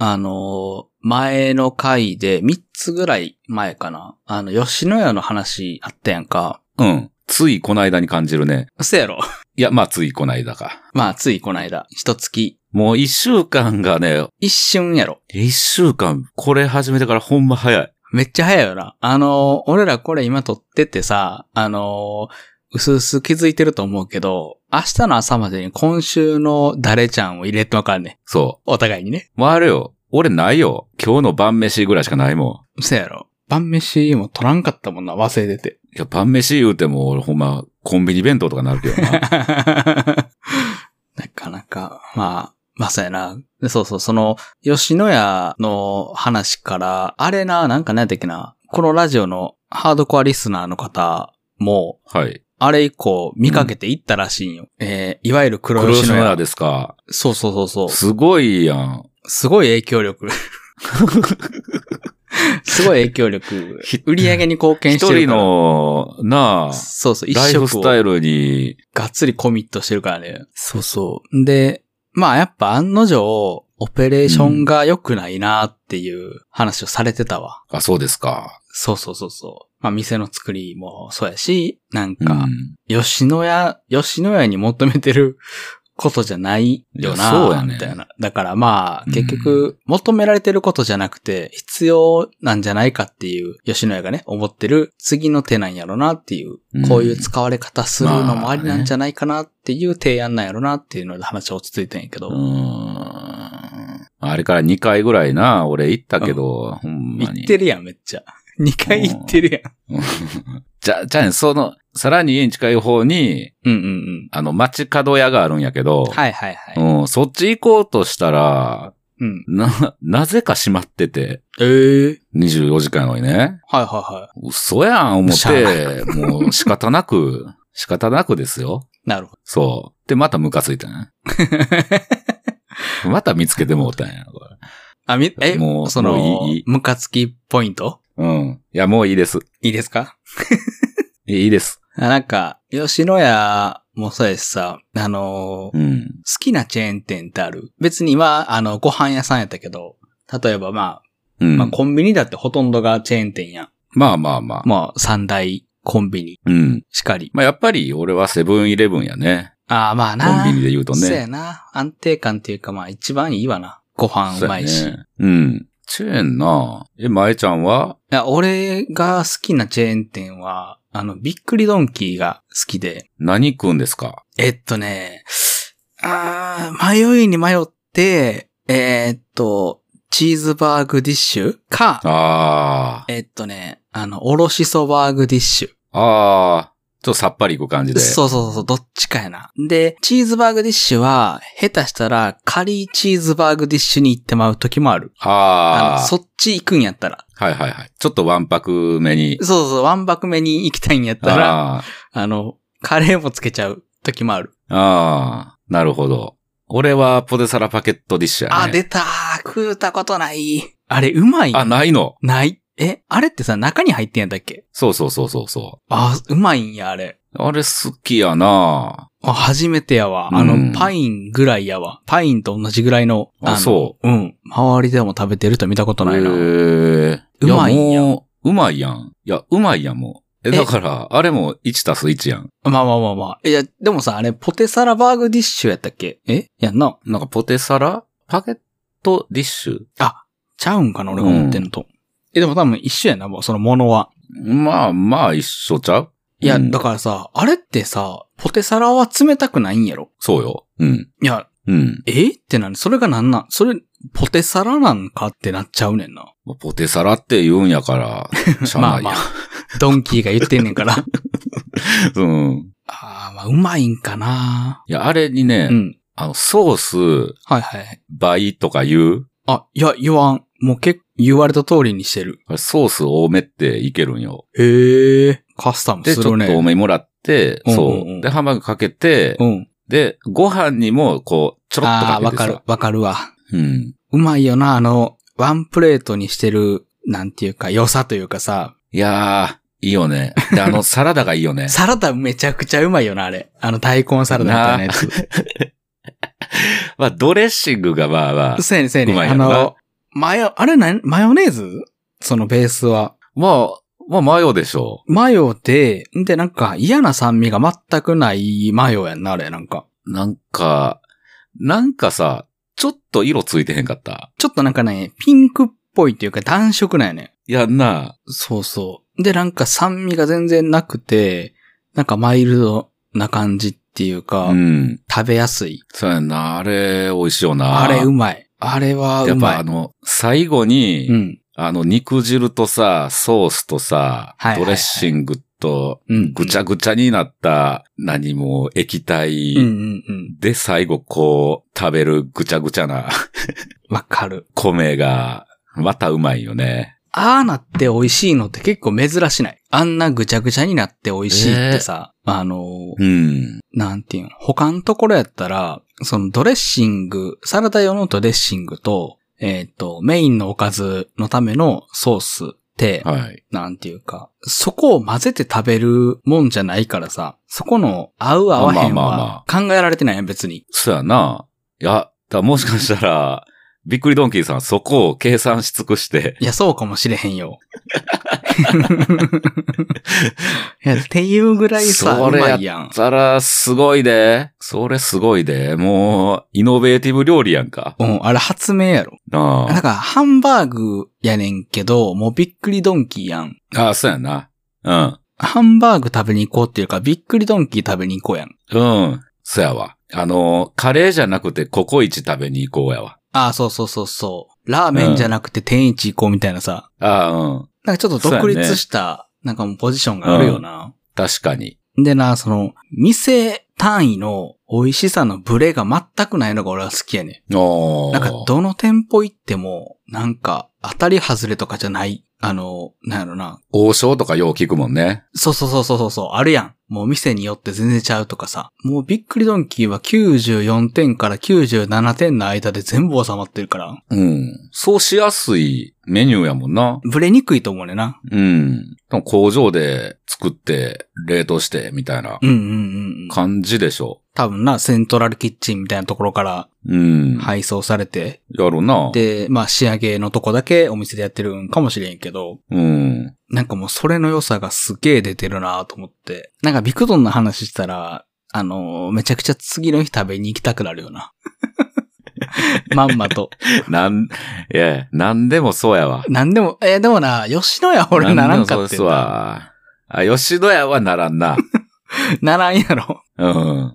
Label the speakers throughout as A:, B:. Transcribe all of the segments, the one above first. A: あの、前の回で、3つぐらい前かな。あの、吉野家の話あったやんか。
B: うん。ついこの間に感じるね。
A: うやろ。
B: いや、まあついこの間か。
A: まあ、ついこの間、一月、
B: もう一週間がね、
A: 一瞬やろ。
B: 一週間、これ始めてからほんま早い。
A: めっちゃ早いよな。あの、俺らこれ今撮っててさ、あの、うすうす気づいてると思うけど、明日の朝までに今週の誰ちゃんを入れてわかんねん。
B: そ
A: お互いにね。
B: う。まああれよ。俺ないよ。今日の晩飯ぐらいしかないも
A: うやろ。晩飯も取らんかったもんな、忘れてて。
B: ん。いや、晩飯言うても、俺ほんま、コンビニ弁当とかなるけ どな。
A: なかなか、まあ、まあそうやな。でそうそう、その、吉野家の話から、あれな、なんか何やったっけな、このラジオのハードコアリスナーの方も、
B: はい。
A: あれ以降見かけて行ったらしいんよ。えー、いわゆる黒
B: 黒
A: 吉
B: 吉
A: 野
B: 野
A: 家。
B: 家ですか。
A: そうそうそうそう。
B: すごいやん。
A: すごい影響力。 すごい影響 力。売り上げに貢献
B: 一
A: してる
B: 人
A: から。
B: の、なあ、
A: そうそう、一
B: ライ
A: 食
B: フ
A: を
B: スタイルに、
A: がっつりコミットしてるからね。そうそう。で、まあやっぱ案の定、オペレーションが良くないなっていう話をされてたわ。
B: あ、そうですか。
A: そうそうそうそう。まあ店の作りもそうやし、なん
B: う
A: か、
B: ん。
A: 吉野家、吉野家に求めてることじゃないよ
B: いやそう
A: な
B: やね
A: みたいな。だからま
B: う
A: あ、
B: ん
A: 結局、求められてることじゃなくて、必要なんじゃないかっていう、吉野家がね、思ってる次の手なんやろなっていう
B: うん、
A: こういう使われ方するのもありなんじゃないかなっていう提案なんやろなっていうので話は落ち着いてんやけど、
B: うーん。あれから2回ぐらいな、俺行ったけど、ほんま
A: 行
B: に。
A: ってるやん、めっちゃ。2回行ってるや
B: うん じゃ、じゃあね、その、さらに家に近い方に、
A: ん。うんうんうん。
B: あの、街角屋があるんやけど、
A: はいはいはい。
B: うん、そっち行こうとしたら、
A: うん。
B: な、なぜか閉まってて、
A: ええ
B: 24時間やのにね。
A: はいはいは
B: 嘘やん、思っ
A: しゃ
B: て、もう仕方な く、仕方なくですよ。
A: い。なるほど。
B: そう。で、またムカついた ね。また見つけてもうたんや。こ
A: あ、み、え、
B: もう
A: その、
B: もういいいい
A: ムカつきポイント
B: れうん。いや、もういいです。
A: いいですか
B: いいいいです。
A: あなんか、吉野家もそうやしさ、あのー
B: うん。
A: 好きなチェーン店ってある。別には、あの、ご飯屋さんやったけど、例えばまあ、
B: うん。
A: ま
B: ま
A: あコンビニだってほとんどがチェーン店やん。
B: あまあまあ。
A: まあ、三大コンビニ
B: うん。
A: しかり。
B: まあ、やっぱり俺はセブンイレブンやね。
A: ああ、まあ
B: コ
A: な。
B: ンビニで言うとね。
A: そうやな。安定感っていうかまあ一番いいわな。ご飯うまいし。
B: そうやねうん。チェーンなえ、まえちゃんはい
A: や、俺が好きなチェーン店は、あの、びっくりドンキーが好きで、
B: 何食うんですか
A: えっとね、あー迷いに迷って、えーっと、チーズバーグディッシュか、
B: あ
A: えっとね、あの、おろしそバーグディッシュ。
B: あ。ああ。ちょっとさっぱりいく感じで。
A: そうそうそう、どっちかやな。で、チーズバーグディッシュは、下手したら、カリーチーズバーグディッシュに行ってまう時もある。
B: あ
A: の
B: あ。
A: そっち行くんやったら。
B: はいはいはい。ちょっとわんぱくめに。
A: そうそう、ワンバク目に行きたいんやったら、あ
B: あ
A: の、カレーもつけちゃう時もある。
B: あ。ああ。なるほど。俺はポテサラパケットディッシュやね。
A: あ、出たー。食うたことない。あれ、うまい。
B: あ、ないの。
A: ない。え、あれってさ、中に入ってんやったっけ
B: そうそうそうそうそ
A: あ、うまいんや、あれ。
B: う。あれ好きやな
A: あ、初めてやわ。あ
B: うん
A: の、パインぐらいやわ。パインと同じぐらいの。
B: あ
A: の。
B: そう
A: うん。周りでも食べてると見たことないな。
B: へ
A: う
B: えや
A: まいんや。
B: もううまいやん。いや、うまいやん、もう。え、
A: え
B: だから、あれも1たす1やん。
A: まあまあまあまあ。いや、でもさ、あれ、ポテサラバーグディッシュやったっけえやんな。
B: なんかポテサラパケットディッシュ
A: ちゃうんかな、俺が思ってんのと。え、でも多分一緒やな、もう、そのものは。
B: まあまあ一緒ちゃう
A: いや、
B: うん
A: だからさ、あれってさ、ポテサラは冷たくないんやろ。
B: そうよ。うん。
A: いや、
B: うん。
A: えってなにそれがなんなんそれ、ポテサラなんかってなっちゃうねんな。
B: まあポテサラって言うんやから、 しゃあ
A: ま
B: な
A: あ
B: い
A: ま
B: や
A: あ。、 ドンキーが言ってんねんから。
B: うん。
A: ああ、まあ、うまいんかな。
B: いや、あれにね、
A: うん。
B: あの、ソース
A: はいはい。
B: 倍とか言う
A: あ、いや、言わん。もう結構言われた通りにしてる。
B: あれソース多めっていけるんよ。
A: へえ。カスタム
B: で、
A: す
B: ちょ
A: る
B: っ
A: ね。
B: と多めもらって、
A: うんうん
B: そう。
A: うん
B: で、ハンバーグかけて、
A: うん。
B: で、ご飯にも、こう、ちょろっと
A: あ
B: か
A: あー、わ
B: けてさ。
A: かる、わかるわ。
B: うん。
A: うまいよな、あの、ワンプレートにしてる、なんていうか、良さというかさ、
B: いやー、いいよね。で、あの、サラダがいいよね。
A: サラダめちゃくちゃうまいよな、あれ。あの、大根サラダみたいなやつ。
B: まあ、ドレッシングがまあま あ、
A: そうやねん、そうやね
B: うま
A: ん。
B: い
A: あ
B: よな
A: の、マヨ、あれな、マヨネーズそのベースは。
B: まあ、まあ、マヨでしょ
A: マヨで、で、なんか嫌な酸味が全くないマヨやんな、あれ、なんか。
B: う。なんか、なんかさ、ちょっと色ついてへんかった。
A: ちょっとなんかね、ピンクっぽいっていうか暖色なんやね。
B: いやんな、
A: そうそう。で、なんか酸味が全然なくて、なんかマイルドな感じっていうか、
B: うん。
A: 食べやすい。
B: そうやんな、あれ、美味しいよな。
A: あれ、うまい。あれはう
B: やっぱ
A: ま
B: あ
A: い。
B: の、最後に、
A: うん。
B: あの、肉汁とさ、ソースとさ、
A: はいはいはい
B: ドレッシングと、
A: うん。
B: ぐちゃぐちゃになった、何も液体
A: うんうんうん。
B: で最後こう、食べるぐちゃぐちゃな
A: わかる。
B: 米が、またうまいよね。
A: ああなって美味しいのって結構珍しない。あんなぐちゃぐちゃになって美味しいってさ、あのー、
B: うん。
A: なんていうの、他のところやったら、そのドレッシング、サラダ用のドレッシングと、えっ、と、メインのおかずのためのソースって、
B: はい。
A: なんていうか、そこを混ぜて食べるもんじゃないからさ、そこの合う合わへん
B: まあまあ
A: は
B: ま
A: 考えられてないやん、別に。
B: そうやな。いや、だもしかしたら、びっくりドンキーさんそこを計算し尽くして、
A: いや、そうかもしれへんよ。 いやっていうぐらいさ、
B: そうれ
A: ま
B: や
A: いやん。
B: たらすごいで。それすごいで。もう、イノベーティブ料理やんか。
A: うん、あれ発明やろ。
B: な
A: なんか、ハンバーグやねんけど、もうびっくりドンキーやん。
B: あ。あ、そうやな。うん。
A: ハンバーグ食べに行こうっていうか、びっくりドンキー食べに行こうやん。
B: うん。そやわ。あの、カレーじゃなくてココイチ食べに行こうやわ。
A: ああ、そうそうそうそう。ラーメンじゃなくて天一行こうみたいなさ。
B: ああ、うん。
A: なんかちょっと独立した、なんかもうポジションがあるよな。
B: 確かに。
A: でな、その、店単位の美味しさのブレが全くないのが俺は好きやねん。
B: おー
A: なんか、どの店舗行っても、なんか、当たり外れとかじゃない。あの、なんやろな。
B: 王将とかよう聞くもんね。
A: そうそうそうそうそうそう、あるやん。もう店によって全然ちゃうとかさ。もうびっくりドンキーは94点から97点の間で全部収まってるから、
B: うん。そうしやすいメニューやもんな。
A: ブレにくいと思うねんな。
B: うん。多分工場で作って、冷凍して、みたいな
A: うんうんうんうん。
B: 感じでしょ。
A: 多分な、セントラルキッチンみたいなところから
B: うん。い。
A: 配送されて、
B: やろな。
A: で、まあ仕上げのとこだけお店でやってるんかもしれんけど、
B: うん。
A: なんかもうそれの良さがすげえ出てるなと思って。なんかビクドンの話したら、あのーめちゃくちゃ次の日食べに行きたくなるよな。 まんまと。
B: なん、いや、なんでもそうやわ。
A: なんでも、えーでもな、吉野家 俺ならんか
B: でも
A: っ
B: そう
A: て
B: ですわ。あ、吉野家はなら んな。
A: ならんやろ。
B: うん。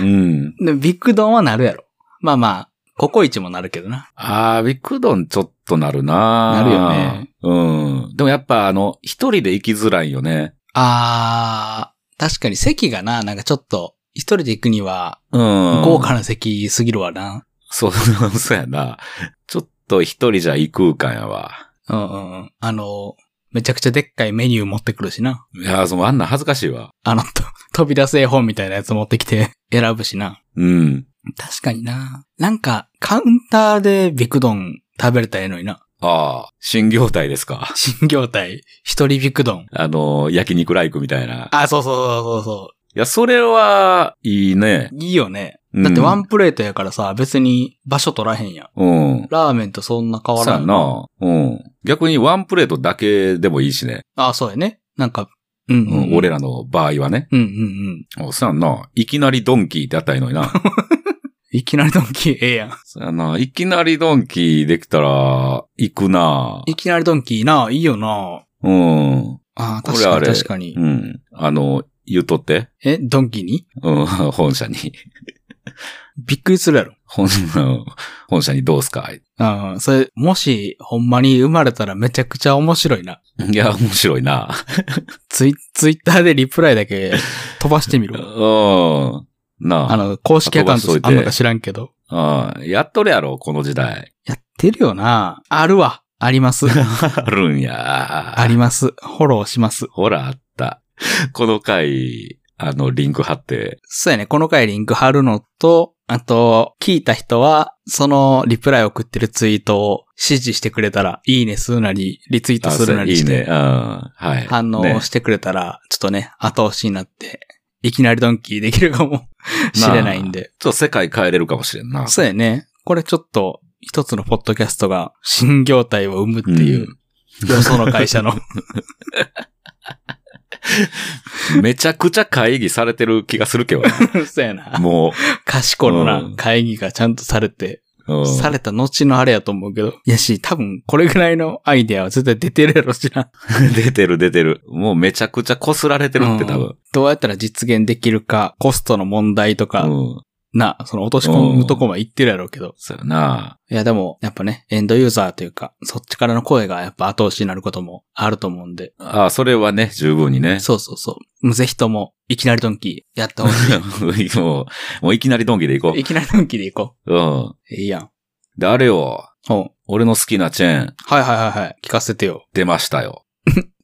B: うん。
A: で、ビッグ丼はなるやろ。まあまあ、ココイチもなるけどな。
B: あー、ビッグドンちょっとなるな
A: なるよね。
B: うん。でもやっぱあの、一人で行きづらいよね。
A: あー、確かに席がな、なんかちょっと、一人で行くには、
B: うん。
A: 豪華な席すぎるわな。
B: そう、 そうやな。ちょっと一人じゃ異空間やわ。
A: うんうんうん。あの、めちゃくちゃでっかいメニュー持ってくるしな。
B: いやー、そのあんなん恥ずかしいわ。
A: あの、と 飛び出せ絵本みたいなやつ持ってきて 選ぶしな。
B: うん。
A: 確かにな。なんか、カウンターでビッグ丼食べれたらええのにな。
B: ああ、新業態ですか。
A: 新業態、一人ビッグ丼。
B: あの、焼肉ライクみたいな。
A: あ、そうそうそうそ
B: いや、それは、いいね
A: うそ。う。いいよね。
B: うん
A: だってワンプレートやからさ、別に場所取らへんやん。
B: うん。
A: ラーメンとそんな変わ
B: そう
A: ら
B: や
A: ん。
B: な。うん。逆にワンプレートだけでもいいしね。
A: あ、そうやね。なんか、うん、
B: う
A: うんん、
B: 俺。らの場合はね。
A: うんうんうん。
B: おそうやんな。いきなりドンキーってあったらいいの にな。
A: いきなりドンキーええ やん。
B: そうやな。いきなりドンキーできたら、行くない
A: きなりドンキーな、いいよな。
B: うん。
A: あー
B: こ
A: 確
B: れ
A: か
B: あ
A: に
B: れ
A: 確かに
B: う。ん。あの、言うとって。
A: え、ドンキーに
B: うん。本社に。
A: びっくりするやろ。
B: 本、本社にどうすか
A: ああ、それ、もし、ほんまに生まれたらめちゃくちゃ面白いな。
B: いや、面白いな。
A: ツイ、ツイッターでリプライだ け飛ばしてみ
B: う
A: るわ。
B: ん。
A: あ
B: な
A: の、公式アカウント
B: 飛ばしといて
A: あんのか知らんけど。
B: あ。うん。やっとるやろ、この時代。
A: やってるよな。あるわ。あり ます。
B: あるんや。
A: あります。フォローします。
B: ほら、あった。この回、あの、リンク貼って。
A: そうやね。この回リンク貼るのと、あと、聞いた人は、そのリプライを送ってるツイートを支持してくれたら、いいねするなり、リツイート
B: あ
A: するなり
B: いい
A: して、
B: ね。うん。はい。
A: 反応
B: ね
A: してくれたら、ちょっとね、後押しになって、いきなりドンキーできるかも しれないんで。
B: ちょっと世界変えれるかもしれんな。
A: そうやね。これちょっと一つのポッドキャストが新業態を生むっていう、よその会社 の。
B: めちゃくちゃ会議されてる気がする けどね、
A: そうやな。
B: も
A: 賢の
B: う
A: なん会議がちゃんとされて、
B: う。うん
A: された後のあれやと思うけど。いやし、多分これぐらいのアイデアは絶対出てるやろしな。
B: 出てる出てる。もうめちゃくちゃ擦られてるっ
A: う
B: て多
A: ん
B: 分。
A: どうやったら実現できるか、コストの問題とか、
B: うん。
A: な、その落とし込むとこまで言ってるやろうけど。
B: そうやな。
A: いやでも、やっぱね、エンドユーザーというか、そっちからの声がやっぱ後押しになることもあると思うんで。
B: ああ、それはね、十分にね。
A: そうそうそう。もうぜひとも、いきなりドンキーやった方 がい
B: もう、もういきなりドンキで行こ
A: い。いきなりドンキーで行こ
B: う。うん。
A: う。いいやん。
B: で、あれよ。
A: ほう。
B: 俺の好きなチェーン
A: はいはいはいはい。聞かせてよ。
B: 出ましたよ。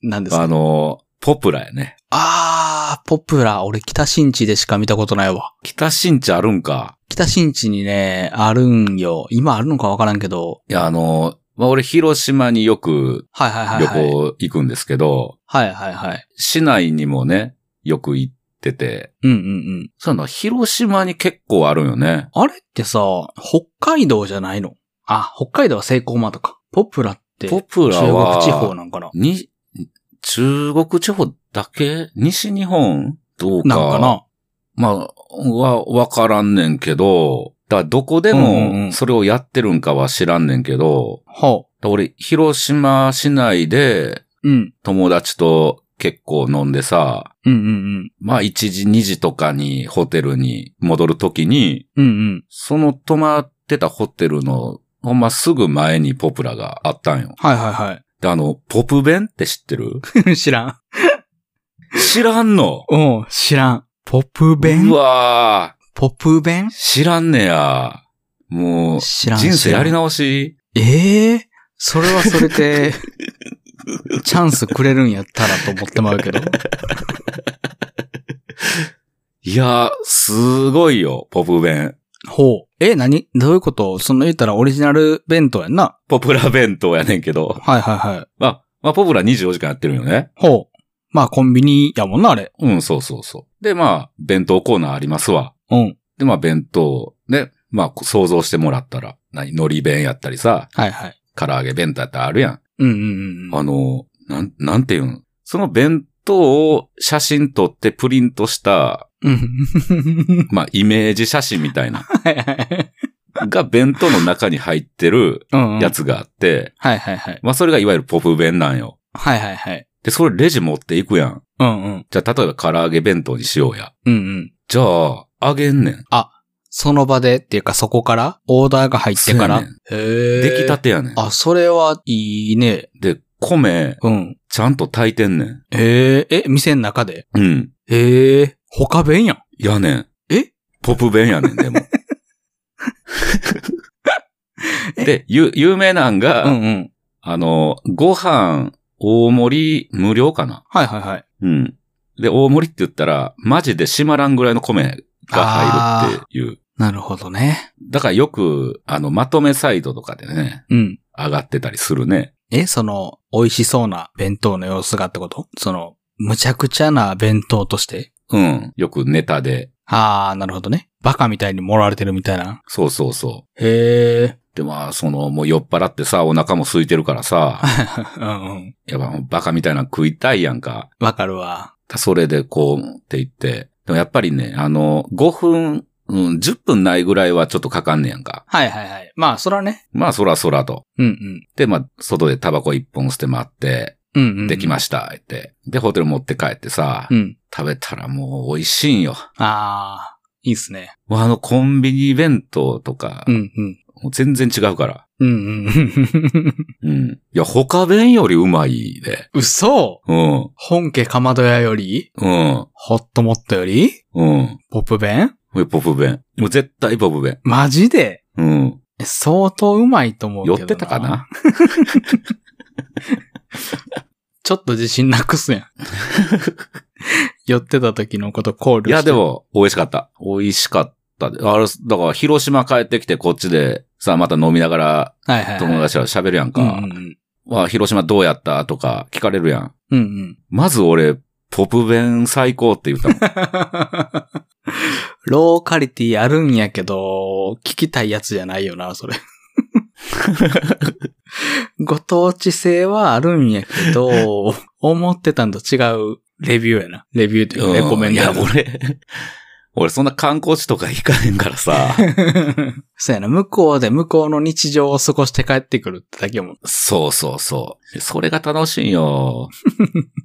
A: 何ですか
B: あの、ポプラやね。
A: あー、ポプラ、俺北新地でしか見たことないわ。
B: 北新地あるんか。
A: 北新地にね、あるんよ。今あるのかわからんけど。
B: いや、あの、まあ、俺広島によく
A: はいはいはい、
B: 旅
A: はい。。
B: 行行くんですけど、
A: はいはいはい。
B: 市内にもね、よく行ってて、
A: うんうんうん。
B: そうなの、広島に結構あるんよね。
A: あれってさ、北海道じゃないのあ、北海道はセイコーマートか。ポプラって、
B: ポ
A: 中
B: プラは、
A: 国地方なんかな
B: に、中国地方だけ西日本どうか。
A: なんかな
B: まあ、は、わからんねんけど、だからどこで
A: うんうんう
B: も
A: ん
B: それをやってるんかは知らんねんけど、
A: ほ
B: だから俺、広島市内で
A: う。うん。
B: 友達と結構飲んでさ、
A: うんうん
B: まあ1時2時とかにホテルに戻るときに、
A: うん。うんうん。
B: その泊まってたホテルのほんますぐ前にポプラがあったんよ。
A: はいは
B: で、あの、ポプ弁って知っ てる
A: いはい。知らん。
B: 知らんの
A: おう、知らん。ポプ弁
B: うわー
A: ポプ弁
B: 知らんねや。もう、
A: 知らん。
B: 人生やり
A: な。
B: 直し
A: ええそれはそれで、 チャンスくれるんやったらと思ってまうけ ど。
B: いやー、すごいよ、ポプ弁。
A: ほう。え、何どういうことその言ったらオリジナル弁当やんな。
B: ポプラ弁当やねんけど。
A: はいはいはい。
B: まあ、まあ、ポプラ24時間やってるんよね。
A: ほう。まあコンビニやもんな、あれ。
B: うん、そうそうそう。で、まあ、弁当コーナーありますわ。
A: うん。
B: で、まあ、弁当、ね、まあ、こ想像してもらったら、何、海苔弁やったりさ、
A: はいはい。
B: 唐揚げ弁当やったらあるやん。
A: うんうんうん。
B: あの、なん、なんていうんその弁当を写真撮ってプリント した、
A: うん。
B: まあ、イメージ写真みたいな、
A: はいはい。
B: が弁当の中に入ってる
A: うんうん。
B: や。つがあって、
A: はいはいはい。
B: まあ、それがいわゆるポップ弁なんよ。
A: はいはいはい。
B: で、それレジ持っていくやん。
A: うんうん。
B: じゃあ、例えば唐揚げ弁当にしようや。
A: うんうん。
B: じゃあ、あげんねん。
A: その場でっていうかそこからオーダーが入ってから。
B: そう
A: へ
B: 出来た
A: て。
B: てやねん。
A: あ、それはいいね。
B: で、米、
A: うん。
B: ちゃんと炊いてんねん。
A: へえ、え、店の中で
B: うん。
A: へえ、他弁やん。
B: やねん。
A: え
B: ポップ弁やねん、で も。で、ゆ、有名なんが、
A: うんうん。
B: あの、ご飯、大盛り、無料かな。
A: はいはいはい。
B: うん。で、大盛りって言ったら、マジで閉まらんぐらいの米が入るっていう。
A: なるほどね。
B: だからよく、あの、まとめサイトとかでね、
A: うん。
B: 上がってたりするね。
A: え、その、美味しそうな弁当の様子がってことその、むちゃくちゃな弁当として
B: うん。よくネタで。
A: あー、なるほどね。バカみたいに盛られてるみたいな。
B: そうそうそう。
A: へー。
B: で、まあ、その、もう酔っ払ってさ、お腹も空いてるからさ、
A: うんうん。
B: やっぱもうバカみたいなの食いたいやんか。
A: わかるわ。
B: それでこうって言って。でもやっぱりね、あの、5分、うん、10分ないぐらいはちょっとかかんねやんか。
A: はいはいはい。まあ、そらね。
B: まあ、そらそらと。
A: うんうん。
B: で、まあ、外でタバコ1本捨て回って、
A: うんうん。
B: できま
A: し
B: した、って。で、ホテル持って帰ってさ、
A: うん。
B: 食べたらもう美味しいんよ。
A: あー、いいっすね。
B: もうあの、コンビニ弁当とか、
A: うんうん。
B: もう全然違うから。
A: うんうん。
B: うん。いや、他弁よりうまいで。
A: 嘘
B: うん。
A: 本家かまど屋より
B: うん。
A: ホットモットより
B: うん。
A: ポップ弁
B: これポップ弁。もう絶対ポップ弁。
A: マジで
B: うん。
A: え相当うまいと思うけ
B: 寄
A: ど
B: ってたかな
A: ちょっと自信なくす やん。寄ってた時のこと考慮して。
B: いや、で。も、美味しかった。美味しかったで。あれ、だから、広島帰ってきて、こっちで、さ、また飲みながら、
A: はいはい、はい。
B: 友達と喋るやんか。
A: うんうん
B: まあ、広島どうやったとか、聞かれるやん。
A: うん。うんうん。
B: まず俺、ポプ弁最高って言ったもん。
A: ローカリティあるんやけど、聞きたいやつじゃないよな、それ。 ご当地性はあるんやけど、思ってたんと違うレビューやな。レビューと いうか、レコメン
B: い
A: ドや
B: や、
A: な。
B: 俺、 俺そんな観光地とか行かへんからさ。
A: そうやな。向こうで向こうの日常を過ごして帰ってくるってだけやもん。
B: そうそうそう。それが楽しいんよ。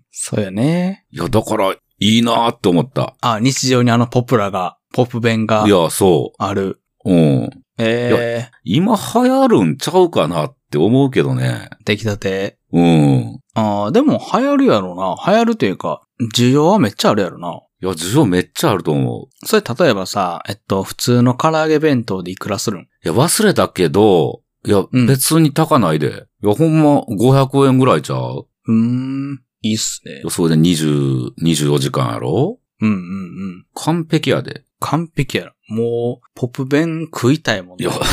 A: そうやね。
B: いや、だから、いいなーって思った。
A: あ、日常にあのポプラが、ポップ弁が
B: いや、そ
A: ある。
B: う。うん。
A: ええ
B: 今流行るんちゃうかなって思うけどね。
A: ー、出来たて。
B: うん。
A: ああ、でも流行るやろな。流行るというか、需要はめっちゃあるやろな。
B: いや、需要めっちゃあると思う。
A: それ例えばさ、えっと、普通の唐揚げ弁当でいくらするん
B: いや、忘れたけど、いや、
A: うん
B: 別に高ないで。いや、ほんま500円ぐらいちゃう
A: うーん、いいっすね
B: いや。それで20、24時間やろ
A: うんうんうん。
B: 完璧やで。
A: 完璧やろ。もう、ポップ弁食いたいもん
B: い
A: ね
B: や。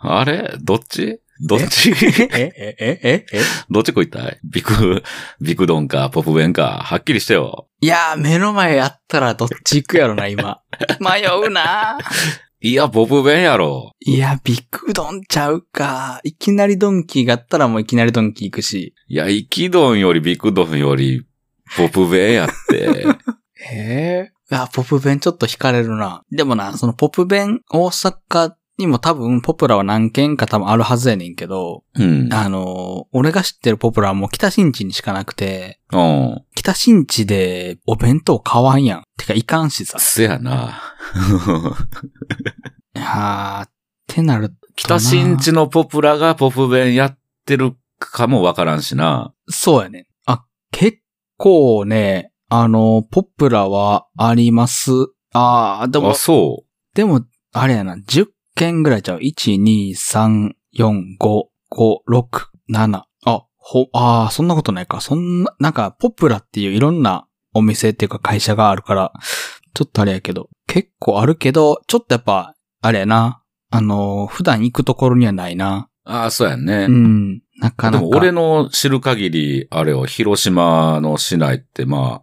B: あれどっちどっち
A: え、え、え、え、え
B: どっち食いたいビク、ビクドンかポップ弁か、はっきりしてよ。
A: いやー、目の前やったらどっち行くやろな、今。 迷うない
B: や、ポップ弁やろ。
A: いや、ビッグドンちゃうか。いきなりドンキーがあったらもういきなりドンキー行くし。
B: いや、イキドンよりビクドンより、ポップ弁 やって。
A: へえ。あ、ポップ弁ちょっと惹かれるな。でもな、そのポップ弁、大阪にも多分ポプラは何軒か多分あるはずやねんけど、
B: うん。
A: あのー、俺が知ってるポプラはもう北新地にしかなくて、
B: うん。
A: 北新地でお弁当買わんやん。てか、いかんしさ。
B: せやな。
A: あー、ってなるとな。
B: 北新地のポプラがポプ弁やってるかもわからんしな。
A: そうやね。あ、結構ね、あの、ポップラはあります。あー、で
B: あ、
A: も、
B: そ
A: でも、あれやな、10件ぐらいちゃう。1、2、3、4、5、5、6、7。あ、ほ、あー、そんなことないか。そんな、なんか、ポップラっていういろんなお店っていうか会社があるから、ちょっとあれやけど、結構あるけど、ちょっとやっぱ、あれやな。あの、普段行くところにはないな。
B: う。あ、そうやね。
A: うん。なか
B: で
A: なか。
B: も俺の知る限り、あれを広島の市内ってまあ、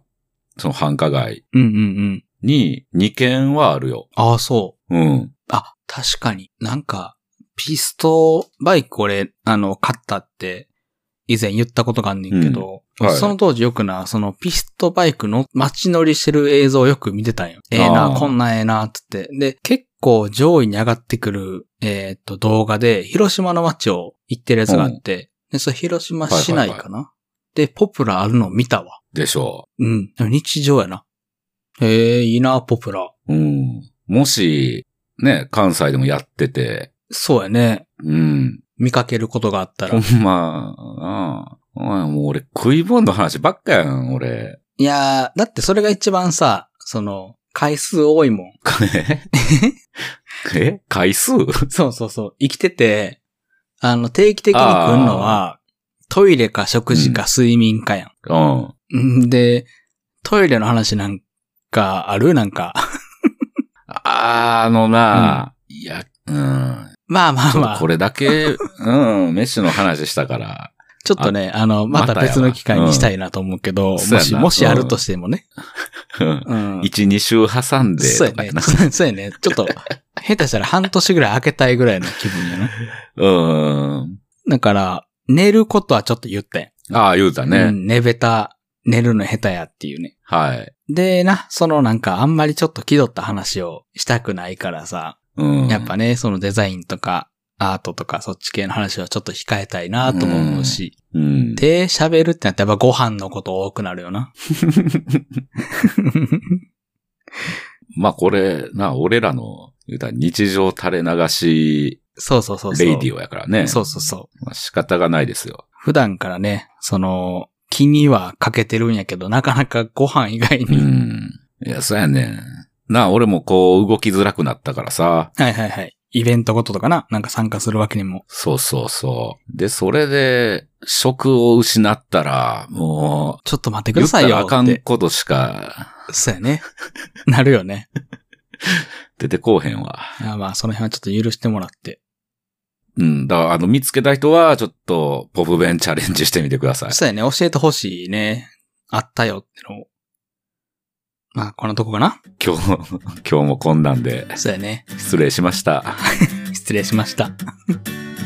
B: その繁華街
A: うんうんうん。
B: に2軒はあるよ。
A: あー、そう。
B: うん。
A: あ、確かに。なんか、ピストバイク俺、あの、買ったって、以前言ったことがあんねんけど、
B: うんはい
A: その当時よくな、そのピストバイクの街乗りしてる映像をよく見てたんよ。ええな、こんなんええな、つって。で、結構上位に上がってくる、えーっと、動画で、広島の街を行ってるやつがあって、で、それ広島市内かな、で、ポプラあるの見たわ。
B: でしょ
A: うん。でも日常やな。ええいいな、ポプラ。
B: う。うん。もし、ね、関西でもやってて、
A: そうやね。
B: うん。
A: 見かけることがあったら
B: ほ。んま、ああ、もう俺食い物の話ばっかやん、俺。
A: いやー、だってそれが一番さ、その、回数多いもん。
B: ええ回数
A: そうそうそう。生きてて、あの、定期的に来るのは、トイレか食事か睡眠かや
B: うん。
A: ん。ん、で、トイレの話なんかあるなんか。
B: あーあのな、いや、うん。
A: まあまあ
B: ちょっ
A: ま
B: と
A: あ、
B: これだけ、 うん、飯の話したから。
A: ちょっとね、あの、ま
B: また
A: た
B: やわ
A: 別の機会にしたいなと思うけど、も
B: そうや
A: し、
B: な
A: もしあるとしてもね。
B: うん
A: うん。
B: 一、二週挟んで、
A: そう
B: と
A: や
B: かや
A: ね
B: な。。
A: そうやね。ちょっ と、下手したら半年ぐらい開けたいぐらいの気分やな。
B: うん。
A: だから、寝ることはちょっと言ったやん。
B: ああ、言うたね。
A: うん、寝べた、寝るの下手やっていうね。
B: はい。
A: でな、そのなんかあんまりちょっと気取った話をしたくないからさ、
B: うん。
A: やっぱね、そのデザインとかアートとかそっち系の話はちょっと控えたいなとも思うし、
B: うん。
A: で、喋るってなったらやっぱご飯のこと多くなるよ な。
B: まあこれ、な、俺らの、言うたら日常垂れ流し、
A: そうそうそうそう。
B: レイディ
A: オ。
B: オやからね。
A: そうそうそう。
B: まあ仕方がないですよ。
A: 普段からね、その、気には欠けてるんやけど、なかなかご飯以外
B: う
A: に。
B: ん。いや、そうやねん。なあ、俺もこう動きづらくなったからさ。
A: はいはいはい。イベントごととかな、なんか参加するわけにも。
B: そうそうそう。で、それで、職を失ったら、も
A: ちょっと待って
B: う、
A: く
B: 言
A: だ
B: った
A: さいよ
B: ら
A: っ
B: あ
A: て。
B: かんことしか
A: そうやね。 なるよね。
B: 出てこうへんわ。
A: いやまあ、その辺はちょっと許してもらって。
B: うん。だから、あの、見つけた人は、ちょっと、ポプ弁チャレンジしてみてください。
A: そうやね、教えてほしいね。あったよってのを。まあ、こんなとこかな
B: 今日、今日もこんなんで、
A: そうやね。
B: 失礼しました。
A: 失礼。失礼しました。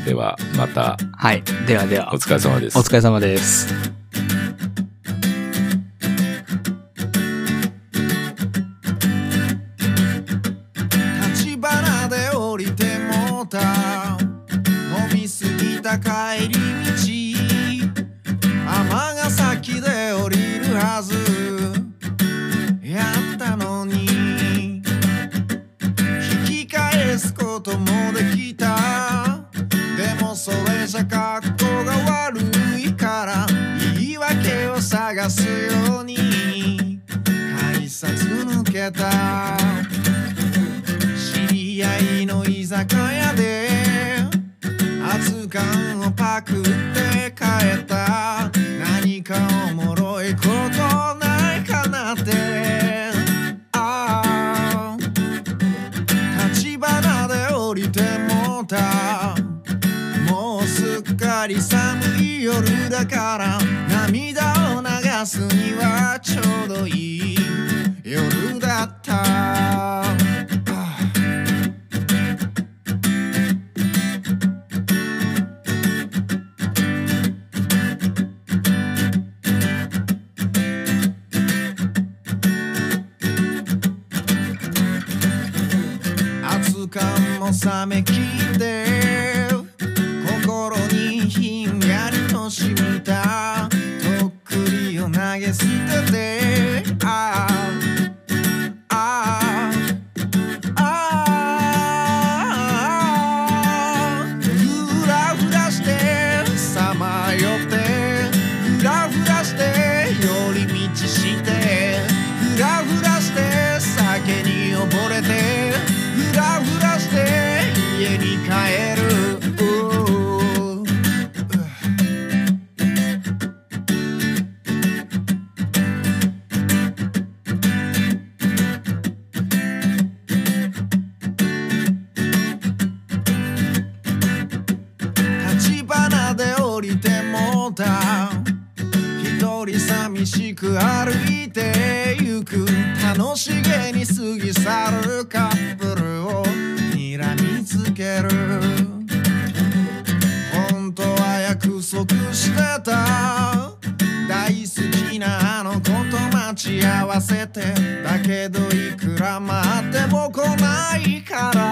B: では、また、
A: はい。ではでは
B: お、疲れ様です
A: お。疲れ様です。
C: 立花で降りてもうた飲みすぎた帰り道尼崎で降りるはずやったのに引き返すこともできたでもそれじゃ格好が悪いから言い訳を探すように改札抜けた知り合いの居酒屋で熱燗をパクって帰った何かおもろいことないかなってああ立花で降りてもうたもうすっかり寒い夜だから涙を流すにはちょうどいい夜だったああ熱燗も冷めきって心にひんやりとしみたとっくりを投げ捨ててああああああふらふらしてさまよってふらふらして寄り道してふらふらして酒に溺れてふらふらして家に帰る Ooh. 立花で降りてもうた一人寂しく歩いてゆく楽しげに過ぎ去るカップルを睨みつける本当は約束してた大好きなあの子と待ち合わせてだけどいくら待っても来ないから